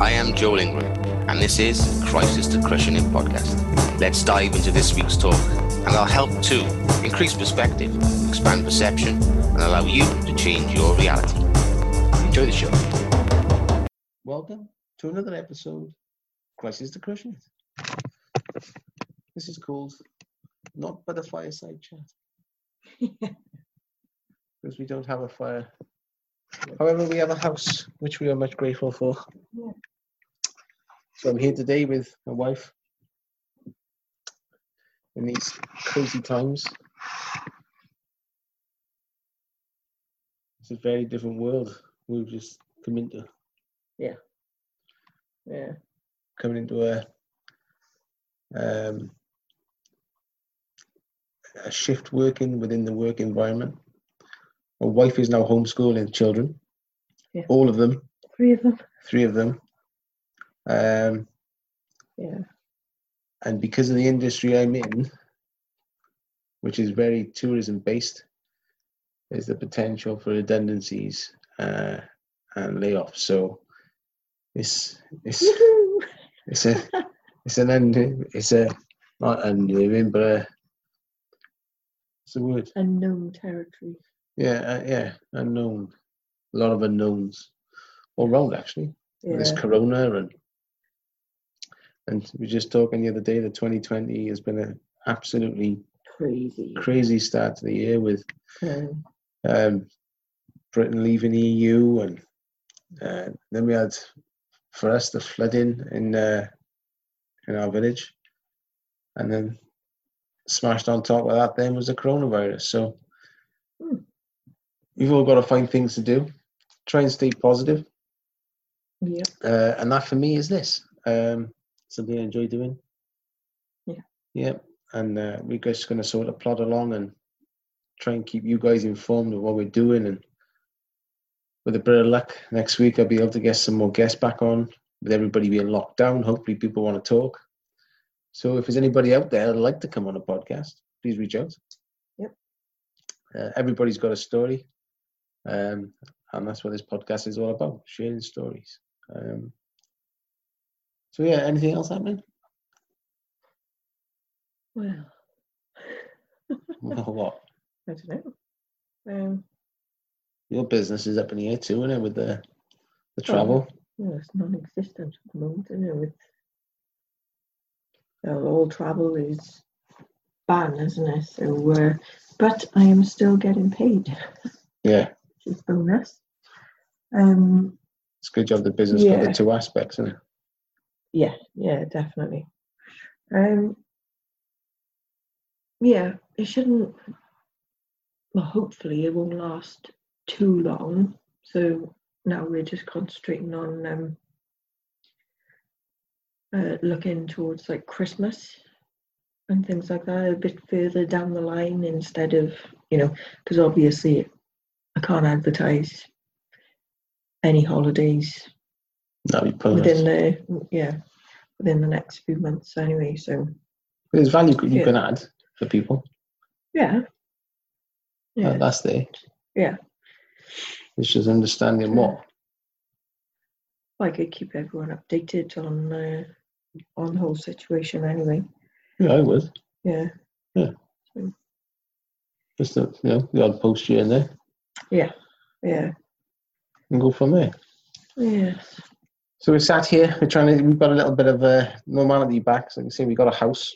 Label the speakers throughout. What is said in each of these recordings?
Speaker 1: I am Joel Ingram, and this is Crisis to Crushing It podcast. Let's dive into this week's talk, and I'll help to increase perspective, expand perception, and allow you to change your reality. Enjoy the show.
Speaker 2: Welcome to another episode, Crisis to Crushing It. This is called Not But a Fireside Chat. because we don't have a fire. However, we have a house, which we are much grateful for.
Speaker 3: Yeah.
Speaker 2: So I'm here today with my wife in these crazy times. It's a very different world we've just come into.
Speaker 3: Yeah.
Speaker 2: Yeah. Coming into a um, a shift working within the work environment. My wife is now homeschooling children,
Speaker 3: Yeah.
Speaker 2: all of them,
Speaker 3: Three of them.
Speaker 2: three of them. Um,
Speaker 3: Yeah.
Speaker 2: and because of the industry I'm in, which is very tourism based, there's the potential for redundancies uh, and layoffs. So it's it's it's a it's an end it's a not unnerving but a, it's a word
Speaker 3: Unknown territory.
Speaker 2: yeah uh, yeah unknown a lot of unknowns all round actually
Speaker 3: Yeah.
Speaker 2: this corona and and we were just talking the other day that 2020 has been an absolutely
Speaker 3: crazy.
Speaker 2: crazy start to the year with
Speaker 3: Um,
Speaker 2: um, Britain leaving EU, and uh, then we had for us the flooding in uh, in our village, and then smashed on top of that then was the coronavirus. So
Speaker 3: Hmm.
Speaker 2: we've all got to find things to do, try and stay positive,
Speaker 3: yeah.
Speaker 2: uh, and that for me is this um, something I enjoy doing.
Speaker 3: Yeah.
Speaker 2: yeah, and uh, we're just going to sort of plod along and try and keep you guys informed of what we're doing. And with a bit of luck, next week I'll be able to get some more guests back on. With everybody being locked down, hopefully people want to talk. So if there's anybody out there that'd like to come on a podcast, please reach out.
Speaker 3: Yep.
Speaker 2: Uh, everybody's got a story, um, and that's what this podcast is all about: sharing stories. Um, so yeah, anything else happening?
Speaker 3: Well,
Speaker 2: Well, what?
Speaker 3: I don't know. Um,
Speaker 2: Your business is up in the air too, isn't it, with the the travel?
Speaker 3: well, it's non-existent at the moment, isn't it? With well, all travel is banned, isn't it? So, uh, but I am still getting paid,
Speaker 2: Yeah,
Speaker 3: which is bonus. Um,
Speaker 2: it's good job the business got the
Speaker 3: Yeah.
Speaker 2: two aspects, isn't it?
Speaker 3: Yeah, yeah, definitely. Um, yeah, it shouldn't. Well, hopefully, it won't last too long. So now we're just concentrating on um, uh, looking towards like Christmas and things like that a bit further down the line instead of you know because obviously I can't advertise any holidays
Speaker 2: That'd be
Speaker 3: within
Speaker 2: perfect.
Speaker 3: the yeah within the next few months anyway so
Speaker 2: There's value you
Speaker 3: Yeah.
Speaker 2: can add for people. Uh,
Speaker 3: yeah
Speaker 2: That-
Speaker 3: yeah
Speaker 2: That's there.
Speaker 3: Yeah.
Speaker 2: It's just understanding what.
Speaker 3: i could keep everyone updated on uh, on the whole situation anyway
Speaker 2: Yeah, I would.
Speaker 3: yeah
Speaker 2: Just a, you know, the odd post here and there,
Speaker 3: yeah
Speaker 2: and go from there.
Speaker 3: yes
Speaker 2: So we're sat here. We're trying to. We've got a little bit of uh, normality back. So like I say, we got a house.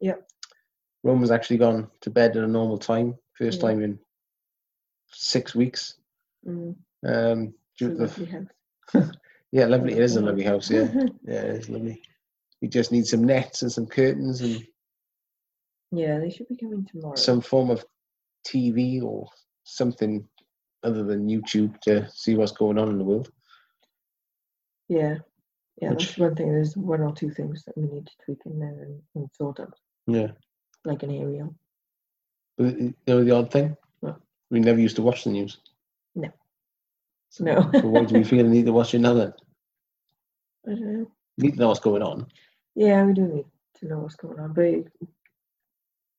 Speaker 3: Yep.
Speaker 2: Roman's actually gone to bed at a normal time. First
Speaker 3: Yeah.
Speaker 2: time in six weeks.
Speaker 3: mm,
Speaker 2: Um,
Speaker 3: so
Speaker 2: due to the f-
Speaker 3: lovely house.
Speaker 2: yeah, lovely. It is a
Speaker 3: Yeah.
Speaker 2: lovely house. Yeah, yeah, it's lovely. We just need some nets and some curtains and
Speaker 3: yeah they should be coming tomorrow
Speaker 2: some form of TV or something other than YouTube to see what's going on in the world.
Speaker 3: yeah yeah
Speaker 2: Which-
Speaker 3: that's one thing there's one or two things that we need to tweak in there and, and sort out
Speaker 2: Yeah,
Speaker 3: like an aerial
Speaker 2: but it- you know the odd thing.
Speaker 3: What?
Speaker 2: We never used to watch the news.
Speaker 3: so no
Speaker 2: So why do we feel the need to watch it now then?
Speaker 3: i don't know
Speaker 2: need to know what's going on.
Speaker 3: yeah we do need to know what's going on but it-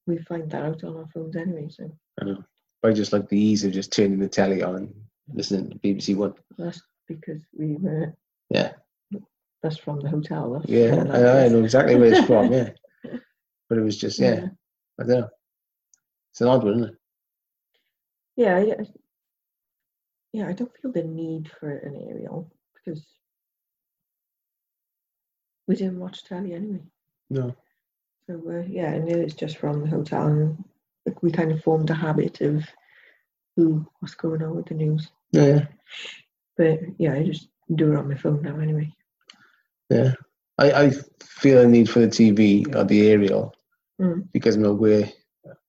Speaker 3: we find that out on our phones anyway so
Speaker 2: I know. But I just like the ease of just turning the telly on and listening to BBC One.
Speaker 3: That's because we were
Speaker 2: Yeah.
Speaker 3: That's from the hotel. That's
Speaker 2: Yeah,
Speaker 3: fair enough.
Speaker 2: I, I know exactly where it's from. Yeah, but it was just yeah,
Speaker 3: Yeah.
Speaker 2: I don't know. It's an odd one, isn't it?
Speaker 3: Yeah, I, I- yeah. I don't feel the need for an aerial because we didn't watch telly anyway.
Speaker 2: No,
Speaker 3: So uh, yeah, I knew it's just from the hotel, and like, we kind of formed a habit of who what's going on with the news.
Speaker 2: yeah, yeah.
Speaker 3: But yeah, I just do it on my phone now anyway.
Speaker 2: yeah. I, I feel a need for the TV or the aerial
Speaker 3: Mm.
Speaker 2: because I'm aware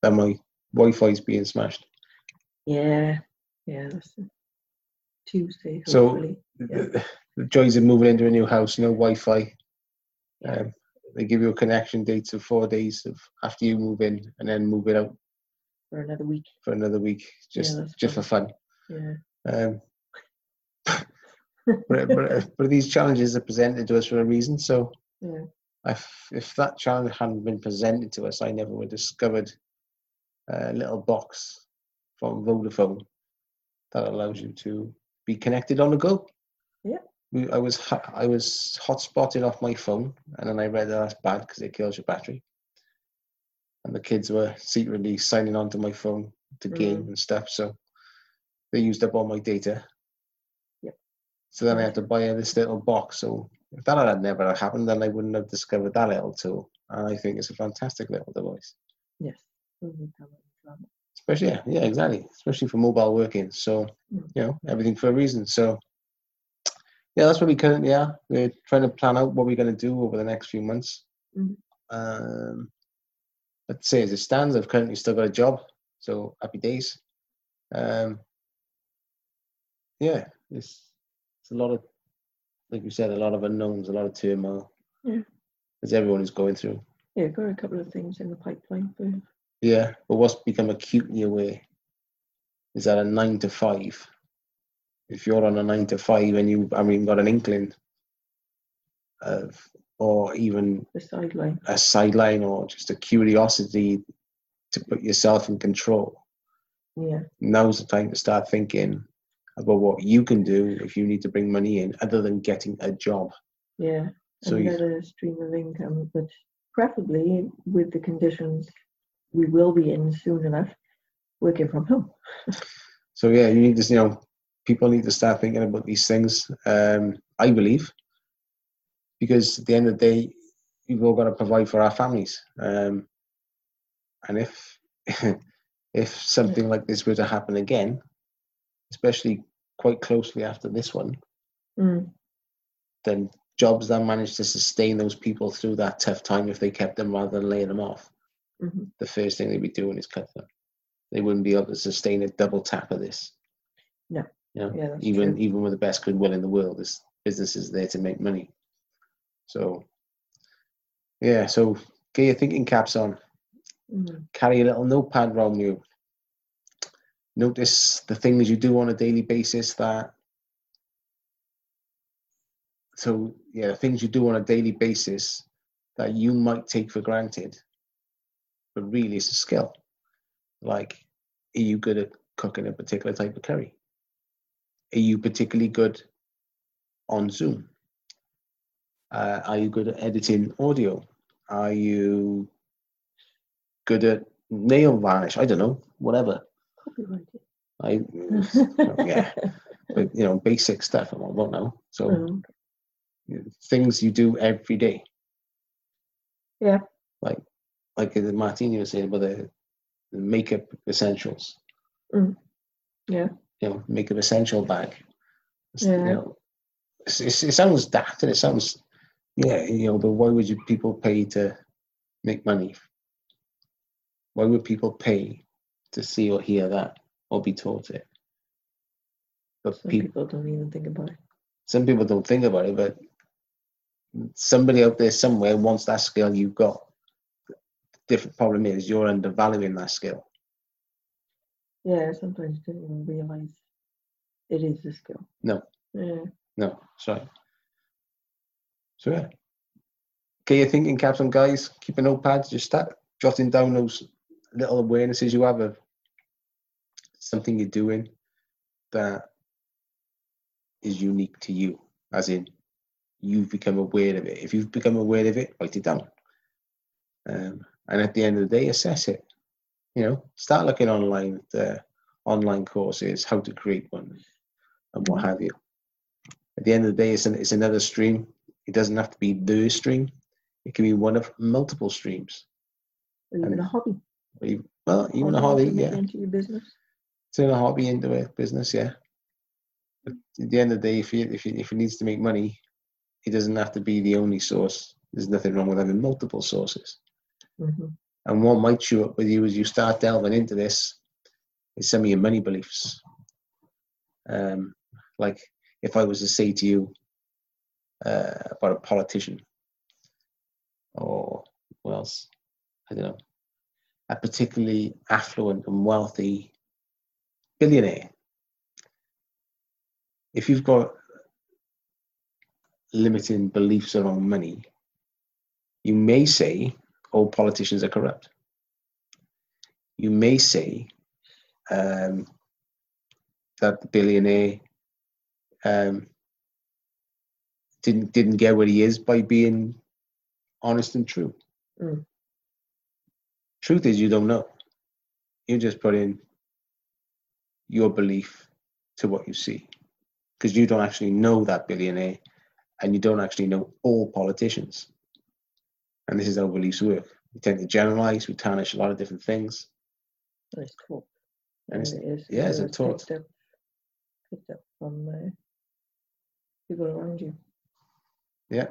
Speaker 2: that my Wi-Fi is being smashed.
Speaker 3: Yeah, yeah. That's it. Tuesday,
Speaker 2: So-
Speaker 3: hopefully. Yeah.
Speaker 2: The joys of moving into a new house, no Wi-Fi.
Speaker 3: Yeah.
Speaker 2: Um, they give you a connection date of four days of after you move in, and then move it out
Speaker 3: for another week.
Speaker 2: for another week, just
Speaker 3: that's
Speaker 2: just for fun.
Speaker 3: Yeah.
Speaker 2: Um, but, but, but these challenges are presented to us for a reason. So
Speaker 3: Yeah.
Speaker 2: if, if that challenge hadn't been presented to us, I never would have discovered a little box from Vodafone that allows you to be connected on the go.
Speaker 3: Yeah.
Speaker 2: We, I was ho- I was hotspotted off my phone, and then I read that that's bad because it kills your battery. And the kids were secretly signing on to my phone to game
Speaker 3: Mm.
Speaker 2: and stuff, so they used up all my data.
Speaker 3: Yep.
Speaker 2: So then I had to buy this little box. So if that had never happened, then I wouldn't have discovered that little tool. And I think it's a fantastic little device,
Speaker 3: Yes. We'll
Speaker 2: Mm-hmm.
Speaker 3: need to have it in time.
Speaker 2: especially yeah, yeah, exactly, especially for mobile working. So
Speaker 3: Mm.
Speaker 2: you know everything for a reason. So yeah, that's what we currently are. We're trying to plan out what we're going to do over the next few months.
Speaker 3: Mhm.
Speaker 2: Um, let's say as it stands, I've currently still got a job, so happy days. Um, yeah, it's it's a lot of like you said, a lot of unknowns, a lot of turmoil,
Speaker 3: Yeah.
Speaker 2: as everyone is going through.
Speaker 3: Yeah, got a couple of things in the pipeline for
Speaker 2: Yeah, but what's become acutely aware is that a nine to five. If you're on a nine to five and you haven't even got an inkling of, or even
Speaker 3: the sideline.
Speaker 2: a sideline or just a curiosity to put yourself in control,
Speaker 3: Yeah.
Speaker 2: now's the time to start thinking about what you can do if you need to bring money in other than getting a job.
Speaker 3: Yeah.
Speaker 2: So you-
Speaker 3: Another stream of income, but preferably with the conditions we will be in soon enough, working from home.
Speaker 2: So yeah, you need to, you know, people need to start thinking about these things. Um, I believe, because at the end of the day, we've all got to provide for our families. Um, and if if something like this were to happen again, especially quite closely after this one,
Speaker 3: Mm.
Speaker 2: then jobs that manage to sustain those people through that tough time, if they kept them rather than laying them off,
Speaker 3: hmm
Speaker 2: the first thing they'd be doing is cut them. They wouldn't be able to sustain a double tap of this.
Speaker 3: No.
Speaker 2: You know,
Speaker 3: Yeah. That's
Speaker 2: even e
Speaker 3: true.
Speaker 2: even with the best goodwill in the world, this business is there to make money. So, yeah. So get your thinking caps on.
Speaker 3: Mm.
Speaker 2: Carry a little notepad around you. Notice the things you do on a daily basis that. So yeah, the things you do on a daily basis that you might take for granted, but really it's a skill. Like, are you good at cooking a particular type of curry? Are you particularly good on Zoom? Uh, are you good at editing audio? Are you good at nail varnish? I don't know, whatever.
Speaker 3: Copyrighted.
Speaker 2: I, yeah, but, you know, basic stuff and whatnot now. So
Speaker 3: Um,
Speaker 2: things you do every day.
Speaker 3: Yeah.
Speaker 2: Like, like the Martini was saying about the, the makeup essentials.
Speaker 3: Mm. Yeah.
Speaker 2: You know, makeup essential bag. It's, You
Speaker 3: Yeah.
Speaker 2: know, it's, it's, it sounds daft and it sounds, yeah, you know, but why would you people pay to make money? Why would people pay to see or hear that or be taught it? But
Speaker 3: some
Speaker 2: people,
Speaker 3: people don't even think about it.
Speaker 2: some people don't think about it, but somebody out there somewhere wants that skill you've got. The different problem is you're undervaluing that skill.
Speaker 3: Yeah. Sometimes you don't even realize it is a skill.
Speaker 2: No.
Speaker 3: Yeah.
Speaker 2: No, sorry. So yeah. Okay, you're thinking caps on guys, keep a notepad, just start jotting down those little awarenesses you have of something you're doing that is unique to you. As in you've become aware of it. If you've become aware of it, write it down. Um, and at the end of the day, assess it. You know, start looking online at the online courses, how to create one, and what have you. At the end of the day, it's, an, it's another stream. It doesn't have to be the stream. It can be one of multiple streams.
Speaker 3: or even
Speaker 2: And
Speaker 3: a hobby.
Speaker 2: Or you- Well, even a hobby,
Speaker 3: Hobby can make
Speaker 2: yeah.
Speaker 3: Into your business.
Speaker 2: Turn a hobby into a business, yeah. But at the end of the day, if you if you, if it needs to make money, it doesn't have to be the only source. There's nothing wrong with having multiple sources. Mm-hmm.
Speaker 3: Mhm.
Speaker 2: And what might show up with you as you start delving into this is some of your money beliefs. Um, like if I was to say to you uh, about a politician, or who else? I don't know, a particularly affluent and wealthy billionaire. If you've got limiting beliefs around money, you may say all politicians are corrupt. You may say um, that the billionaire um, didn't didn't get where he is by being honest and true.
Speaker 3: Mm.
Speaker 2: Truth is, you don't know. You just put in your belief to what you see, because you don't actually know that billionaire, and you don't actually know all politicians and this is how beliefs work. We tend to generalize, we tarnish a lot of different things.
Speaker 3: And it's taught.
Speaker 2: And it's-
Speaker 3: it is.
Speaker 2: yeah, it's a
Speaker 3: it's uh,
Speaker 2: taught.
Speaker 3: Picked up, picked up from uh, people around you.
Speaker 2: Yeah.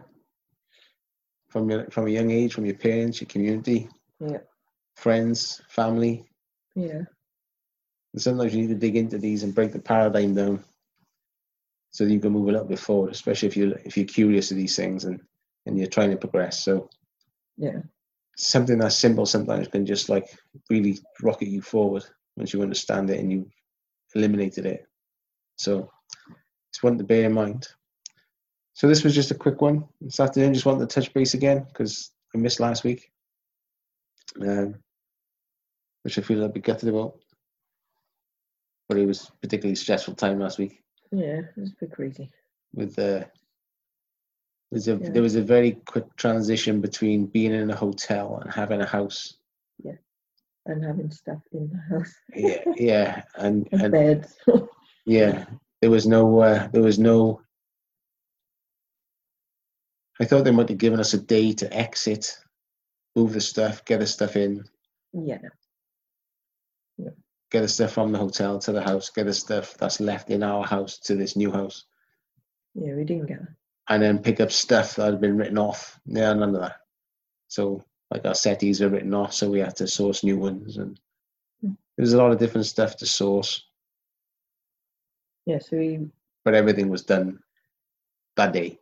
Speaker 2: From your from a young age, from your parents, your community,
Speaker 3: Yeah.
Speaker 2: friends, family.
Speaker 3: Yeah.
Speaker 2: And sometimes you need to dig into these and break the paradigm down so that you can move a little bit forward, especially if you if you're curious to these things and, and you're trying to progress. So
Speaker 3: Yeah.
Speaker 2: something that's simple sometimes can just like really rocket you forward once you understand it and you eliminated it. So it's one to bear in mind. So this was just a quick one this afternoon. Just wanted to touch base again because I missed last week, um, which I feel a little bit gutted about. But it was a particularly stressful time last week
Speaker 3: Yeah. It's a bit crazy.
Speaker 2: with the there's a
Speaker 3: Yeah.
Speaker 2: there was a very quick transition between being in a hotel and having a house.
Speaker 3: And having stuff in the house.
Speaker 2: Yeah, yeah, and
Speaker 3: And,
Speaker 2: and
Speaker 3: beds.
Speaker 2: yeah, there was no uh, there was no. I thought they might have given us a day to exit, move the stuff, get the stuff in,
Speaker 3: yeah.
Speaker 2: get the stuff from the hotel to the house, get the stuff that's left in our house to this new house,
Speaker 3: Yeah. We didn't get that.
Speaker 2: and then pick up stuff that had been written off. Yeah, none of that. So like our settees were written off, so we had to source new ones, and
Speaker 3: Hmm.
Speaker 2: there was a lot of different stuff to source,
Speaker 3: Yeah. So we,
Speaker 2: but everything was done that day.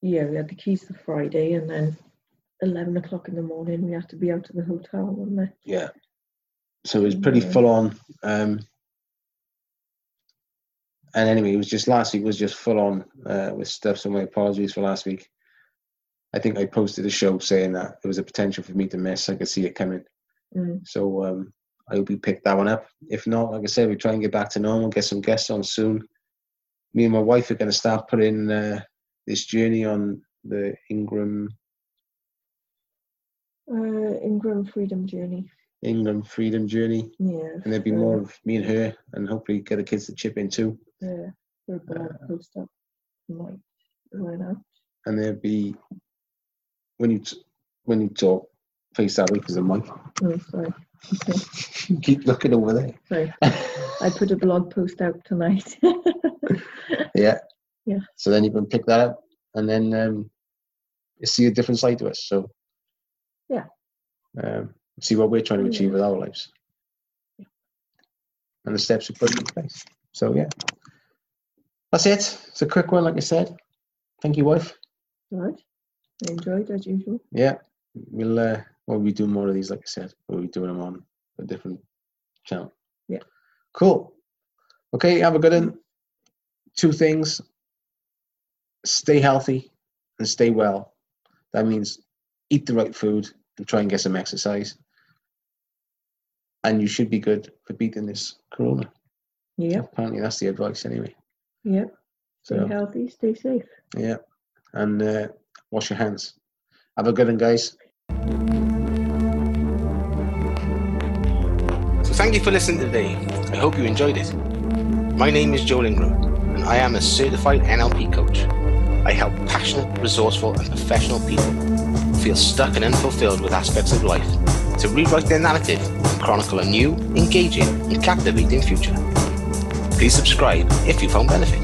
Speaker 3: yeah, we had the keys for Friday and then 11 o'clock in the morning we had to be out of the hotel, wasn't it?
Speaker 2: Yeah. So it was pretty
Speaker 3: Yeah.
Speaker 2: full on. Um, and anyway, it was just last week was just full on uh, with stuff. So my apologies for last week. I think I posted a show saying that there was a potential for me to miss. I could see it coming.
Speaker 3: Mm.
Speaker 2: So um, I hope you picked that one up. If not, like I said, we try and get back to normal, get some guests on soon. Me and my wife are going to start putting uh, this journey on the Ingram
Speaker 3: Uh, Ingram Freedom Journey.
Speaker 2: Ingram Freedom Journey.
Speaker 3: Yeah.
Speaker 2: and there'd be
Speaker 3: for-
Speaker 2: more of me and her, and hopefully get the kids to chip in too.
Speaker 3: Yeah. For a blog post up. Might went out.
Speaker 2: And there'd be when you t- when you talk, face that way because I'm like,
Speaker 3: Oh, sorry. Okay.
Speaker 2: keep looking over there.
Speaker 3: Sorry. I put a blog post out tonight.
Speaker 2: yeah,
Speaker 3: Yeah.
Speaker 2: So then you can pick that up, and then um, you see a different side to us. So
Speaker 3: Yeah. Oh,
Speaker 2: um, see what we're trying to
Speaker 3: Yeah.
Speaker 2: achieve with our lives, and the steps we put in place. So yeah, that's it. It's a quick one, like I said. Thank you, wife.
Speaker 3: Right. I enjoyed as usual.
Speaker 2: Yeah, we'll uh, well we do more of these, like I said, we'll be doing them on a different channel.
Speaker 3: Yeah.
Speaker 2: Cool. Okay, have a good one. Two things: stay healthy and stay well. That means eat the right food and try and get some exercise. And you should be good for beating this corona.
Speaker 3: Yep.
Speaker 2: Apparently, that's the advice anyway.
Speaker 3: Yep. Stay
Speaker 2: So
Speaker 3: healthy, stay safe.
Speaker 2: yeah, and uh, wash your hands. Have a good one, guys.
Speaker 1: So thank you for listening today. I hope you enjoyed it. My name is Joel Ingram, and I am a certified NLP coach. I help passionate, resourceful, and professional people feel stuck and unfulfilled with aspects of life to rewrite their narrative and chronicle a new, engaging, and captivating future. Please subscribe if you found benefit.